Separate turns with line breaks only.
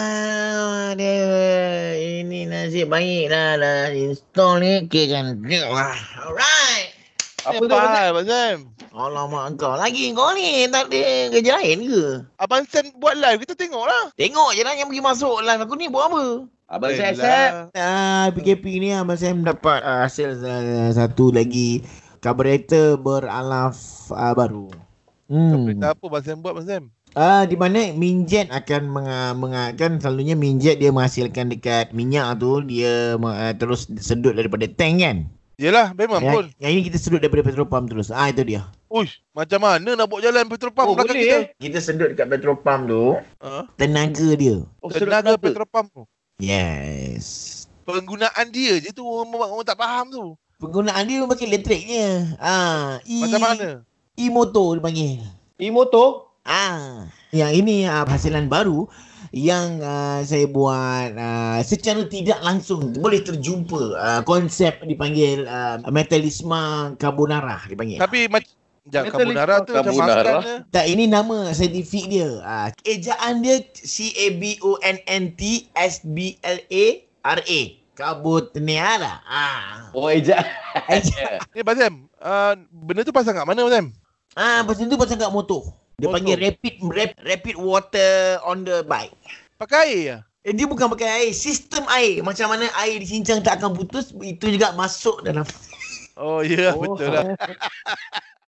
Ah, dia ini nasib baiklah dah install ni okay kan. Wah, Alright.
Apa
Eh,
tu
Abang
hal Abang Sam?
Alamak kau lagi kau ni tak ada kerja lain ke?
Abang Sam buat live kita tengok lah.
Tengok je lah yang pergi masuk live aku ni buat apa?
Abang
Eh,
Sam,
lah.
Sam.
Ah, PKP ni Abang Sam dapat ah, hasil ah, satu lagi carburetor beralaf ah, baru. Hmm.
Kereta apa Abang Sam buat Abang Sam?
Ah, di mana minjet akan menga, menga, kan selalunya minjet dia menghasilkan dekat minyak tu dia uh, terus sedut daripada tank kan.
Yelah memang
Yang,
pun.
yang ini kita sedut daripada petrol pump terus. Ah itu dia.
Uish, macam mana nak buat jalan petrol pump
Oh,
belakang
boleh,
kita?
eh?
Kita sedut dekat petrol pump tu
Ha?
tenaga dia.
Oh, sedut
Tenaga
kenapa?
petrol pump tu.
Yes.
Penggunaan dia je tu orang, orang, orang tak faham tu.
Penggunaan dia pakai elektriknya. Ah, e,
Macam mana?
E-motor dia panggil.
E-motor.
Ah, yang ini ah, hasilan baru yang ah, saya buat ah, secara tidak langsung boleh terjumpa ah, konsep dipanggil ah, metalisma carbonara
Ya.
dipanggil.
Tapi macam Sekejap,
Metal
carbonara tu macam
carbonara.
makan je.
Tak, ini nama saintifik dia. Ah, ejaan dia C A B O N N T S B L A R A. Carbonara. Ah.
Oh, ejak.
Ejaan.
Ni Abang Sam, uh, benda tu pasang kat mana Abang Sam?
ah, pasal tu pasal kat motor. Dia
Motor.
panggil rapid rap, rapid water on the bike.
Pakai air lah.
Eh, dia bukan pakai air, sistem air. Macam mana air di cincang tak akan putus, itu juga masuk dalam.
Oh ya yeah,
Oh.
betul lah.